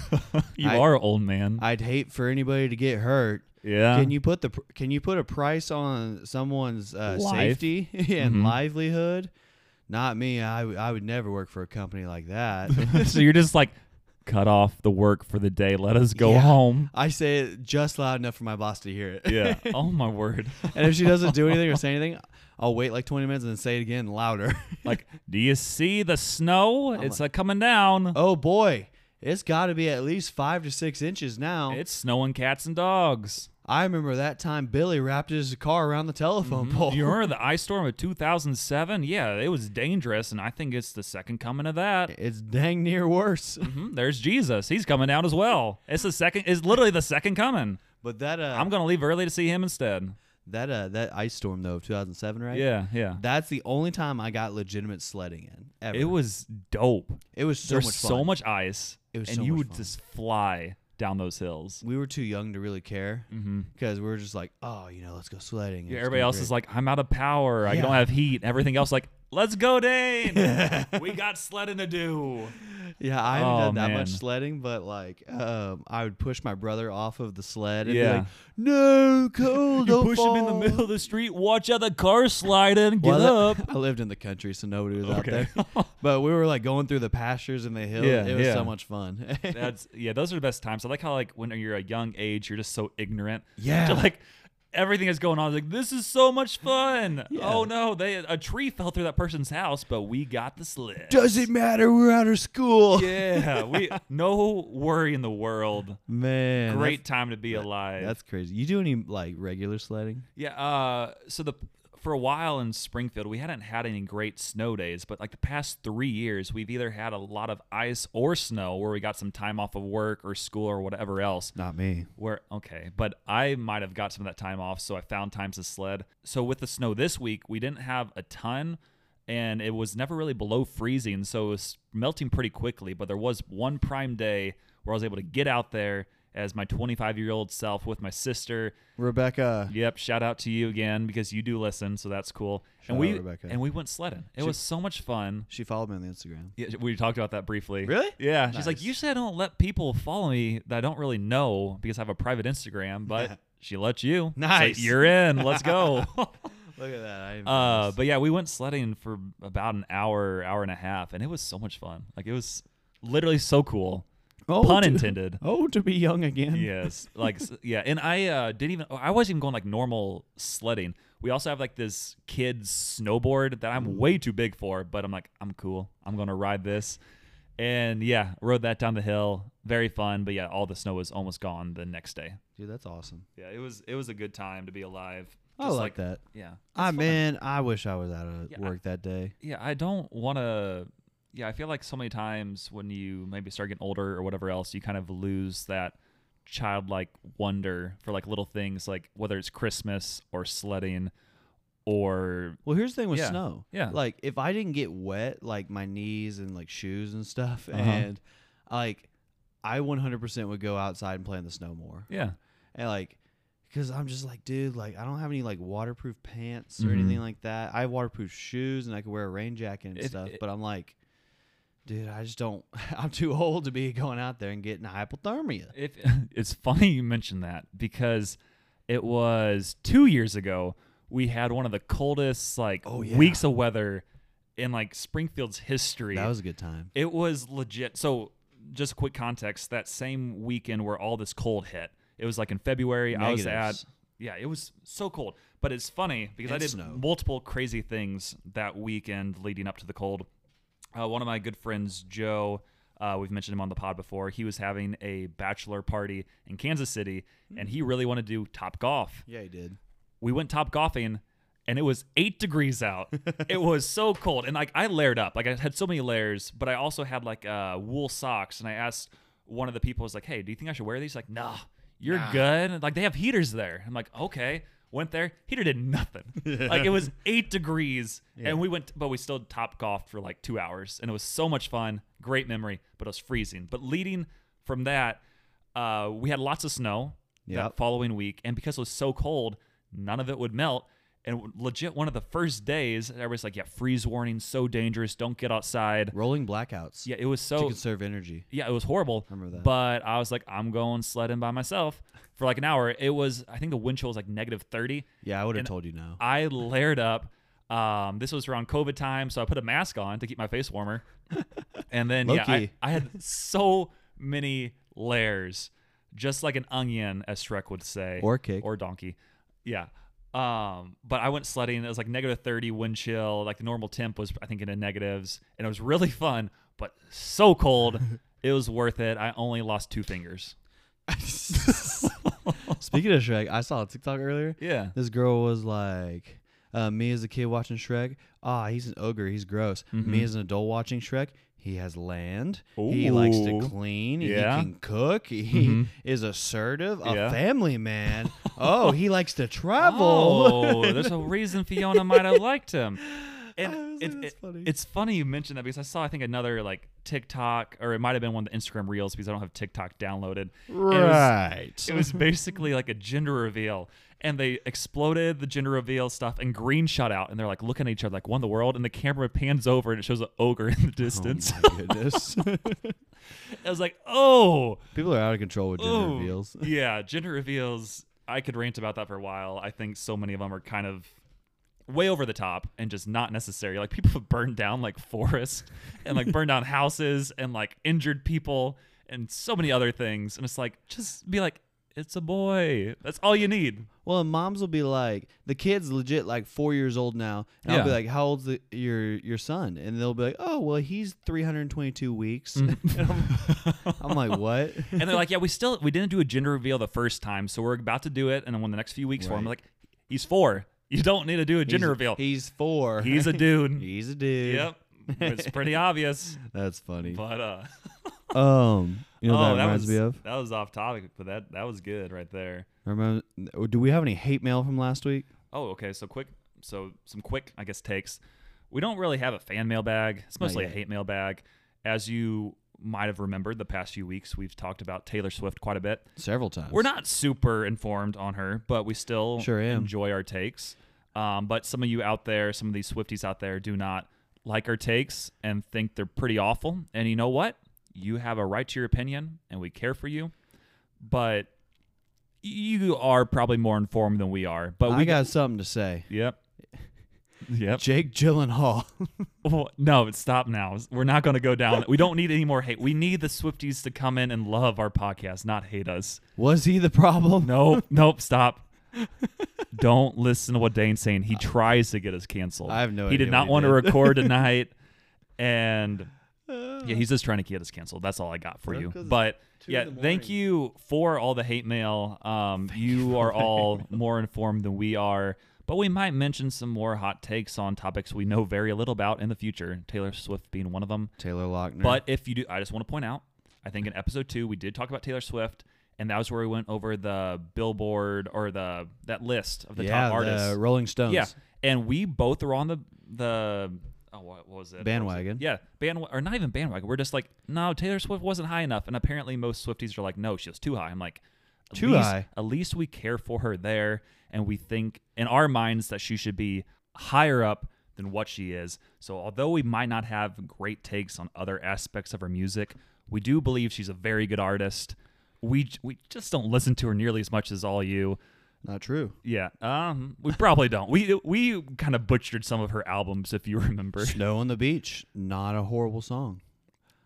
A: You
B: I-
A: are an old man.
B: I'd hate for anybody to get hurt.
A: yeah.
B: Can you put the pr- Can you put a price on someone's uh,
A: Life.
B: safety and
A: Mm-hmm.
B: livelihood? Not me. I, w- I would never work for a company like that.
A: so you're just like cut off the work for the day let us go
B: Yeah.
A: home
B: I say it just loud enough for my boss to hear it.
A: yeah oh my word
B: And if she doesn't do anything or say anything, I'll wait like 20 minutes and then say it again louder.
A: like do you see the snow it's like coming uh, down
B: oh boy, It's got to be at least five to six inches now.
A: It's snowing cats and dogs.
B: I remember that time Billy wrapped his car around the telephone pole.
A: You remember the ice storm of 2007? Yeah, it was dangerous, and I think it's the second coming of that.
B: it's dang near worse.
A: Mhm, There's Jesus. He's coming down as well. It's the second. It's literally the second coming.
B: But that uh,
A: I'm gonna leave early to see him instead.
B: that uh, that ice storm though, of 2007, right?
A: Yeah, yeah.
B: That's the only time I got legitimate sledding in. Ever.
A: It was dope.
B: It was so
A: There's
B: much fun.
A: so much ice,
B: It was
A: and
B: so
A: you
B: much
A: would
B: fun.
A: just fly down those hills.
B: We were too young to really care because we were just like, oh, you know, let's go sledding.
A: Mm-hmm. Yeah, everybody else is like, I'm out of power. I don't
B: Yeah.
A: have heat. Everything else, like, let's go, Dane. we got sledding to do.
B: yeah, I haven't
A: Oh,
B: done that much
A: man.
B: sledding, but like, um, I would push my brother off of the sled and
A: Yeah.
B: be like, no, cold,
A: You
B: don't
A: push him in the
B: fall."
A: middle of the street. Watch out, the car sliding. Get
B: Well,
A: up.
B: that- I lived in the country, so nobody was
A: Okay.
B: out there. But we were like going through the pastures and the hills.
A: Yeah,
B: it was
A: yeah.
B: so much fun.
A: That's yeah. Those are the best times. I like how like when you're a young age, you're just so ignorant.
B: Yeah.
A: To like everything that's going on. Like this is so much fun.
B: Yeah.
A: Oh no, they a tree fell through that person's house, but we got the sled.
B: Doesn't matter. We're out of school.
A: yeah. We no worry in the world.
B: Man,
A: Great time to be alive.
B: That's, that's crazy. You do any like regular sledding?
A: Yeah. Uh, so the for a while in Springfield, we hadn't had any great snow days, but like the past three years, we've either had a lot of ice or snow, where we got some time off of work or school or whatever else.
B: Not me.
A: Where okay, but I might have got some of that time off, so I found times to sled. So with the snow this week, we didn't have a ton, and it was never really below freezing, so it was melting pretty quickly. But there was one prime day where I was able to get out there as my 25 year old self with my sister
B: Rebecca.
A: Yep, shout out to you again because you do listen, so that's cool.
B: Shout
A: and we
B: out, Rebecca.
A: and we went sledding. It was so much fun.
B: She followed me on the Instagram.
A: Yeah, we talked about that briefly.
B: Really?
A: Yeah. She's like,
B: Nice.
A: usually I don't let people follow me that I don't really know because I have a private Instagram, but she let you. It's like,
B: Nice.
A: You're in. Let's go.
B: Look at that. I
A: uh, but yeah, we went sledding for about an hour, hour and a half, and it was so much fun. Like it was literally so cool. pun intended.
B: oh, to be young again.
A: yes like s- yeah and i uh didn't even i wasn't even going like normal sledding we also have like this kid's snowboard that i'm way too big for but i'm like i'm cool i'm gonna ride this and yeah rode that down the hill very fun but yeah all the snow was almost gone the next day
B: Dude, that's awesome.
A: yeah it was it was a good time to be alive
B: I like, that.
A: yeah it's
B: I
A: fun.
B: man, I wish I was out of
A: Yeah, I-
B: work that day.
A: yeah i don't want to yeah i feel like so many times when you maybe start getting older or whatever else you kind of lose that childlike wonder for like little things like whether it's christmas or sledding or
B: Well, here's the thing with
A: Yeah.
B: snow.
A: Yeah.
B: Like if I didn't get wet, like my knees and like shoes and stuff,
A: Uh-huh.
B: and like I 100% would go outside and play in the snow more.
A: yeah
B: and like because i'm just like dude like i don't have any like waterproof pants or
A: Mhm.
B: anything like that i have waterproof shoes and i could wear a rain jacket and
A: It-
B: stuff
A: it-
B: but i'm like dude i just don't i'm too old to be going out there and getting hypothermia
A: if it's funny you mentioned that because it was two years ago we had one of the coldest like
B: Oh, yeah.
A: weeks of weather in like springfield's history
B: that was a good time
A: It was legit. So, just quick context: that same weekend where all this cold hit, it was like in February. I was
B: Negatives.
A: at, yeah, it was so cold. But it's funny because I
B: And
A: did
B: snow.
A: multiple crazy things that weekend leading up to the cold. Uh, one of my good friends, Joe, uh, we've mentioned him on the pod before. He was having a bachelor party in Kansas City, and he really wanted to do top golf
B: yeah he did
A: we went top golfing and it was eight degrees out. it was so cold. And like I layered up. Like I had so many layers, but I also had like uh wool socks. And I asked one of the people, I was like, Hey, do you think I should wear these? He's Like, nah, you're good. Like they have heaters there. I'm like, okay. Went there, heater did nothing. like it was eight degrees, and we went, but we still top golfed for like two hours, and it was so much fun, great memory. But it was freezing. But leading from that, uh, we had lots of snow that
B: Yep.
A: following week, and because it was so cold, none of it would melt. And legit, one of the first days, everybody's like, "Yeah, freeze warning, so dangerous, don't get outside."
B: rolling blackouts
A: Yeah, Oh. it was so
B: to conserve energy
A: yeah, it was horrible.
B: Remember that.
A: But I was like, I'm going sledding by myself for like an hour. It was, I think the wind chill was like negative 30.
B: yeah i would have
A: And
B: told you no
A: I layered up. Um, this was around COVID time, so I put a mask on to keep my face warmer. And then, yeah, I,
B: Low-key.
A: I had so many layers, just like an onion, as Shrek would say,
B: Or cake.
A: or donkey. Yeah. Um, but I went sledding. It was like negative 30 wind chill. Like the normal temp was, I think, in the negatives, and it was really fun, but so cold. It was worth it. I only lost two fingers.
B: Speaking of Shrek, I saw a TikTok earlier.
A: Yeah.
B: This girl was like, uh, me as a kid watching Shrek, ah, he's an ogre, he's gross. Me as an adult watching Shrek, he has land. He likes to
A: Mm-hmm. Ooh.
B: clean.
A: Yeah. Mm-hmm.
B: He can cook. He is assertive, a
A: Yeah.
B: family man. oh, he likes to travel.
A: Oh, there's a reason Fiona might have liked him.
B: I
A: And it,
B: was like, that's
A: it-
B: funny.
A: it's funny you mentioned that because I saw I think another like TikTok or it might have been one of the Instagram reels because I don't have TikTok downloaded. And it was-
B: right.
A: It was basically like a gender reveal, and they exploded the gender reveal stuff, and green shot out, and they're like looking at each other like "won the world," and the camera pans over and it shows an ogre in the distance.
B: Oh my goodness.
A: I was like, "Oh,
B: People are out of control with gender
A: oh.
B: reveals.
A: yeah, gender reveals." I could rant about that for a while. I think so many of them are kind of way over the top and just not necessary. Like people have burned down like forests and like burned down houses and like injured people and so many other things, and it's like just be like. It's a boy. That's all you need.
B: Well, and moms will be like, the kid's legit like four years old now, and I'll be
A: Yeah.
B: like, how old's the, your your son? And they'll be like, oh, well, he's 322 weeks.
A: Mm.
B: And I'm, I'm like, what?
A: and they're like, "Yeah, we still we didn't do a gender reveal the first time, so we're about to do it." And then when the next few weeks for him,
B: Right.
A: like, "He's four. You don't need to do a gender
B: He's-
A: reveal.
B: He's four.
A: he's a dude.
B: he's a dude.
A: yep, it's pretty obvious."
B: That's funny.
A: But uh,
B: Um, you know what
A: oh,
B: that, reminds
A: was
B: me of.
A: that was off topic, but that that was good right there.
B: Remember, do we have any hate mail from last week?
A: Oh, okay. So quick. So some quick, I guess, takes. We don't really have a fan mail bag. It's mostly a
B: yet.
A: hate mail bag. As you might have remembered, the past few weeks we've talked about Taylor Swift quite a bit.
B: Several times.
A: We're not super informed on her, but we still
B: Sure am.
A: enjoy our takes. Um, but some of you out there, some of these Swifties out there, do not like our takes and think they're pretty awful. And you know what? You have a right to your opinion, and we care for you. But you are probably more informed than we are. But
B: I
A: we
B: got something to say.
A: yep, yep.
B: Jake Gyllenhaal.
A: Well, no, stop now. We're not going to go down. we don't need any more hate. We need the Swifties to come in and love our podcast, not hate us.
B: Was he the problem?
A: Nope, nope, stop. Don't listen to what Dane's saying. He tries to get us canceled.
B: I have no
A: He
B: idea
A: did not
B: what
A: want
B: he did. Uh,
A: to record tonight. And yeah, he's just trying to get us canceled. That's all I got for you.
B: 'cause it's
A: But
B: in
A: yeah,
B: the
A: thank you for all the hate mail. Um, you are all more informed than we are. But we might mention some more hot takes on topics we know very little about in the future, Taylor Swift being one of them.
B: Taylor Lochner.
A: But if you do, I just want to point out, I think in episode two we did talk about Taylor Swift, and that was where we went over the Billboard or the that list of the
B: yeah,
A: top artists.
B: the Rolling Stones.
A: yeah, and we both were on the the oh what, what was it What was it?
B: Bandwagon.
A: Yeah, bandwagon or not even bandwagon. We're just like no, Taylor Swift wasn't high enough, and apparently most Swifties are like no, she was too high. I'm like at
B: Too
A: least-
B: high.
A: At least we care for her there, and we think in our minds that she should be higher up than what she is. So, although we might not have great takes on other aspects of her music, we do believe she's a very good artist. We we just don't listen to her nearly as much as all you.
B: Not true.
A: Yeah, um, we probably don't. We we kind of butchered some of her albums, if you remember.
B: Snow on the Beach, not a horrible song.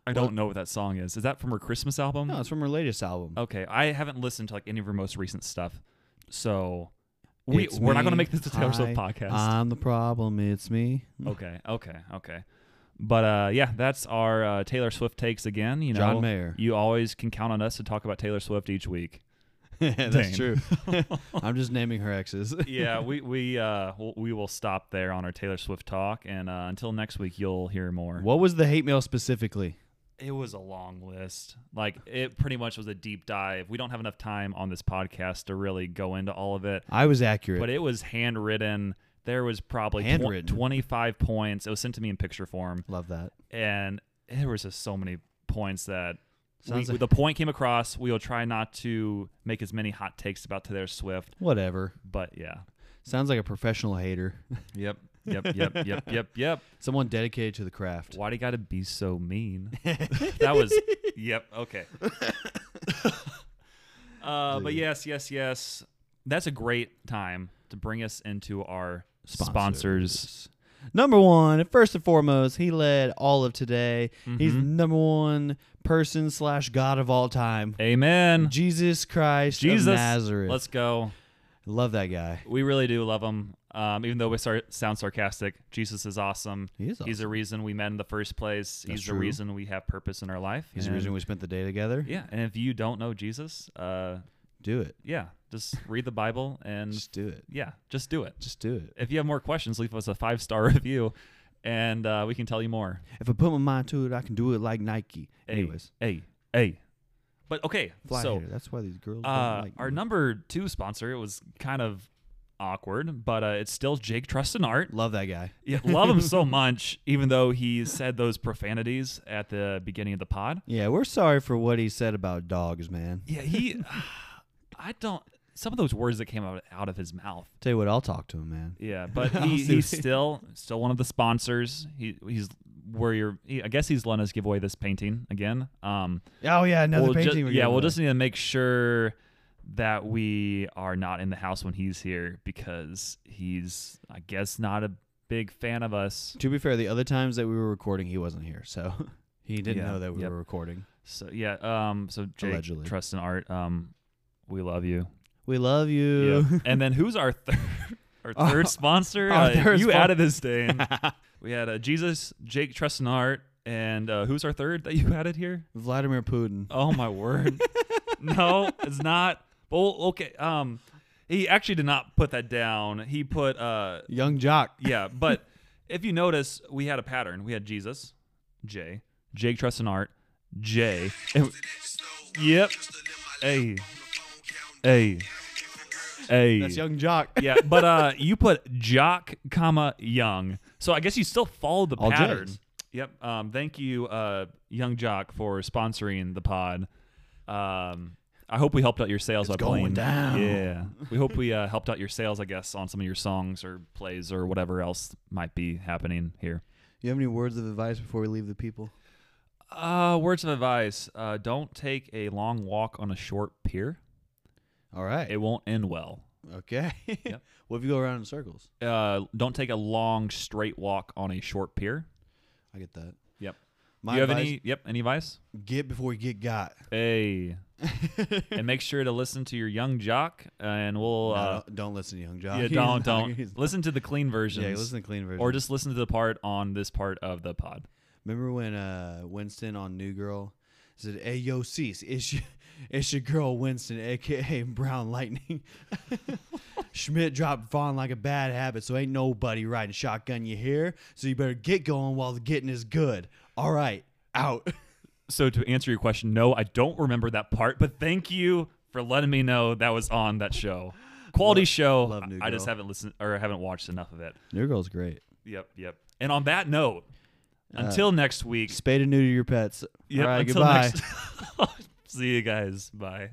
A: I don't know what that song is. Is that from her Christmas album?
B: No, it's from her latest album.
A: Okay, I haven't listened to like any of her most recent stuff, so we
B: It's
A: we're not going to
B: me.
A: make this a Taylor Swift
B: Hi, um,
A: podcast.
B: I'm the problem. It's me.
A: okay, okay, okay. But uh, yeah, that's our uh, Taylor Swift takes again. You know,
B: John Mayer.
A: You always can count on us to talk about Taylor Swift each week.
B: That's true. I'm just naming her exes.
A: yeah, we we uh, w- we will stop there on our Taylor Swift talk, and uh, until next week, you'll hear more.
B: What was the hate mail specifically?
A: It was a long list. Like it pretty much was a deep dive. We don't have enough time on this podcast to really go into all of it.
B: I was accurate.
A: but it was handwritten. There was probably tw-
B: Handwritten?
A: 25 points. It was sent to me in picture form,
B: Love that.
A: and there was just so many points that we-
B: Sounds like-
A: the point came across. We will try not to make as many hot takes about Taylor Swift,
B: Whatever.
A: but yeah.
B: Sounds like a professional hater.
A: Yep. Yep. Yep. yep. Yep. Yep.
B: Someone dedicated to the craft.
A: Why do you got to be so mean? that was. Yep. Okay. uh, but yes, yes, yes. That's a great time to bring us into our sponsors.
B: Number one, first and foremost, he led all of today. He's
A: Mm-hmm.
B: the number one person slash God of all time.
A: Amen.
B: Jesus Christ of
A: Jesus.
B: Nazareth.
A: Let's go.
B: Love that guy.
A: We really do love him. Um, even though we sar- sound sarcastic, Jesus is awesome.
B: He is
A: He's the reason we met in the first place.
B: That's
A: He's
B: true.
A: the reason we have purpose in our life.
B: He's the reason
A: And-
B: we spent the day together.
A: Yeah, and if you don't know Jesus, uh,
B: Do it.
A: yeah, just read the Bible and
B: Just do it.
A: yeah, just do it.
B: Just do it.
A: If you have more questions, leave us a five star review, and uh, we can tell you more.
B: If I put my mind to it, I can do it like Nike.
A: Hey,
B: Anyways,
A: hey, hey. But okay,
B: fly
A: so
B: here. That's why these girls
A: uh,
B: don't like
A: our
B: me.
A: number two sponsor, it was kind of awkward, but uh, it's still Jake Trust and Art.
B: Love that guy.
A: Yeah, love him so much, even though he said those profanities at the beginning of the pod.
B: Yeah, we're sorry for what he said about dogs, man.
A: Yeah, he. I don't. Some of those words that came out out of his mouth.
B: Tell you what, I'll talk to him, man.
A: Yeah, but
B: I'll
A: he,
B: see
A: he's
B: what-
A: still still one of the sponsors. He he's where you're. He, I guess he's letting us give away this painting again. Um,
B: Oh yeah, another
A: we'll ju-
B: painting. we're
A: yeah,
B: giving
A: we'll
B: away.
A: just need to make sure that we are not in the house when he's here because he's, I guess, not a big fan of us.
B: To be fair, the other times that we were recording, he wasn't here, so he didn't
A: Yeah,
B: know that we
A: yep.
B: were recording.
A: So yeah, um, so Jake,
B: Allegedly.
A: trust and art. Um, we love you.
B: We love
A: Yeah.
B: you.
A: and then who's our third? Our third sponsor.
B: our
A: Uh,
B: third
A: you
B: spon-
A: added this, Dane. we had uh, Jesus, Jake, Trust and Art, and uh, who's our third that you added here?
B: Vladimir Putin.
A: Oh my word! no, it's not. But we'll- okay, um, he actually did not put that down. He put uh,
B: Young Jock.
A: yeah. But if you notice, we had a pattern. We had Jesus, J, Jake, Trust and Art, J. and- yep. Hey. Hey. Hey.
B: That's Young Jock.
A: yeah, but uh, you put jock, comma young. So I guess you still follow the
B: All
A: pattern.
B: J's.
A: Yep. Um, thank you, uh, young jock, for sponsoring the pod. Um, I hope we helped out your sales by
B: going
A: playing.
B: down.
A: Yeah, we hope we uh, helped out your sales, I guess, on some of your songs or plays or whatever else might be happening here.
B: You have any words of advice before we leave the people?
A: Uh, words of advice: uh, Don't take a long walk on a short pier.
B: All right.
A: It won't end well.
B: okay. What if you go around in circles?
A: Uh, don't take a long straight walk on a short pier.
B: I get that.
A: Yep.
B: My
A: you have
B: advice,
A: any? Yep. Any advice?
B: get before you get got.
A: Hey. and make sure to listen to your young jock, and we'll. Uh,
B: No, don't listen to Young Jock.
A: yeah,
B: He's
A: don't
B: not- he's-
A: don't listen to the clean versions.
B: Yeah, listen to the clean version.
A: or just listen to the part on this part of the pod.
B: Remember when uh, Winston on New Girl said, "Hey, yo, cease. It's your, it's your girl Winston, aka Brown Lightning." Schmidt dropped Vaughn like a bad habit, so ain't nobody riding shotgun. You hear? So you better get going while the getting is good. All right, out.
A: So to answer your question, no, I don't remember that part, but thank you for letting me know that was on that show. Quality show.
B: love New
A: I just
B: Girl.
A: haven't listened or haven't watched enough of it.
B: New Girl's great.
A: Yep, yep. And on that note,
B: Uh,
A: until next week.
B: Spade and neuter your pets.
A: Yep,
B: All right,
A: until
B: goodbye.
A: next- See you guys. Bye.